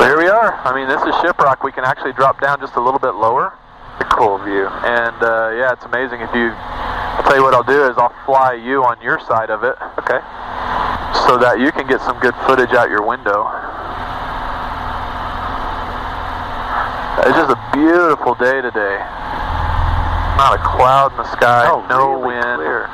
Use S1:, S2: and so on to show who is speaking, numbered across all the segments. S1: I mean, this is Shiprock. We can actually drop down just a little bit lower.
S2: A cool view.
S1: And uh, yeah, it's amazing. If you, I'll tell you what I'll do is I'll fly you on your side of it
S2: Okay.
S1: so that you can get some good footage out your window. It's just a beautiful day today. Not a cloud in the sky,
S2: oh,
S1: no
S2: really
S1: wind.
S2: Clear.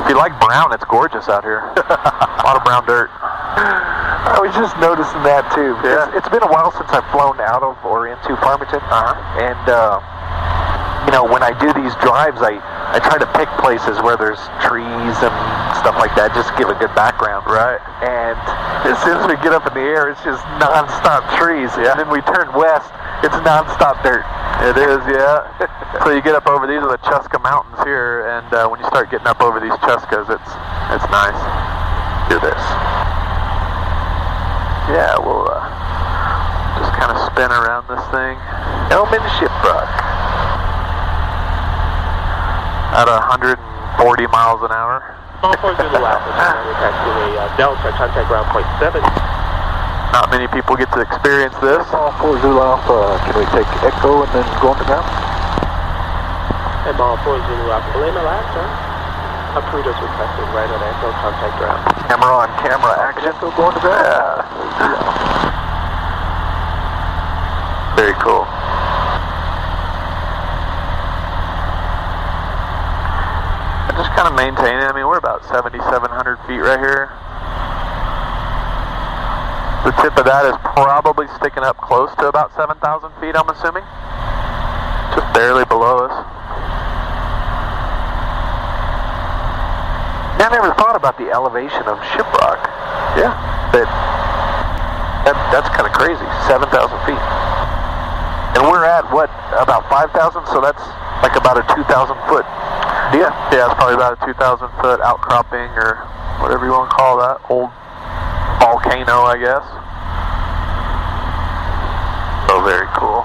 S1: If you like brown, it's gorgeous out here. a lot of brown dirt.
S2: I was just noticing that too. because
S1: Yeah.
S2: It's been a while since I've flown out of or into Farmington.
S1: Uh-huh.
S2: And, uh, you know, when I do these drives, I, I try to pick places where there's trees and stuff like that, just give a good background.
S1: Right.
S2: And as soon as we get up in the air, it's just nonstop trees.
S1: Yeah.
S2: And then we turn west, it's nonstop dirt.
S1: It is, yeah. so you get up over these are the Chuska Mountains here, and uh, when you start getting up over these Chuskas, it's it's nice. Do this. Yeah, we'll uh, just kind of spin around this thing.
S2: Elman Shiprock.
S1: at 140 miles an hour.
S3: Small four Zulu Alpha, we're actually uh, Delta, contact ground point seven.
S1: Not many people get to experience this.
S2: All four Zulu Alpha. Can we take Echo and then go on the ground?
S3: And Small four Zulu Alpha, Lima Alaska. Approved requested right at Echo, contact ground.
S2: Camera on camera action. Echo, go on the ground.
S1: Very cool. And Just kind of maintain it. I mean, we're about 7,700 feet right here. The tip of that is probably sticking up close to about 7,000 feet, I'm assuming. Just barely below us.
S2: I never thought about the elevation of Shiprock.
S1: Yeah.
S2: But that, that's kind of crazy. 7,000 feet. And we're at, what, about 5,000? So that's like about a 2,000 foot deal.
S1: Yeah, it's probably about a 2,000 foot outcropping or whatever you want to call that old volcano, I guess.
S2: Oh,
S1: So very cool.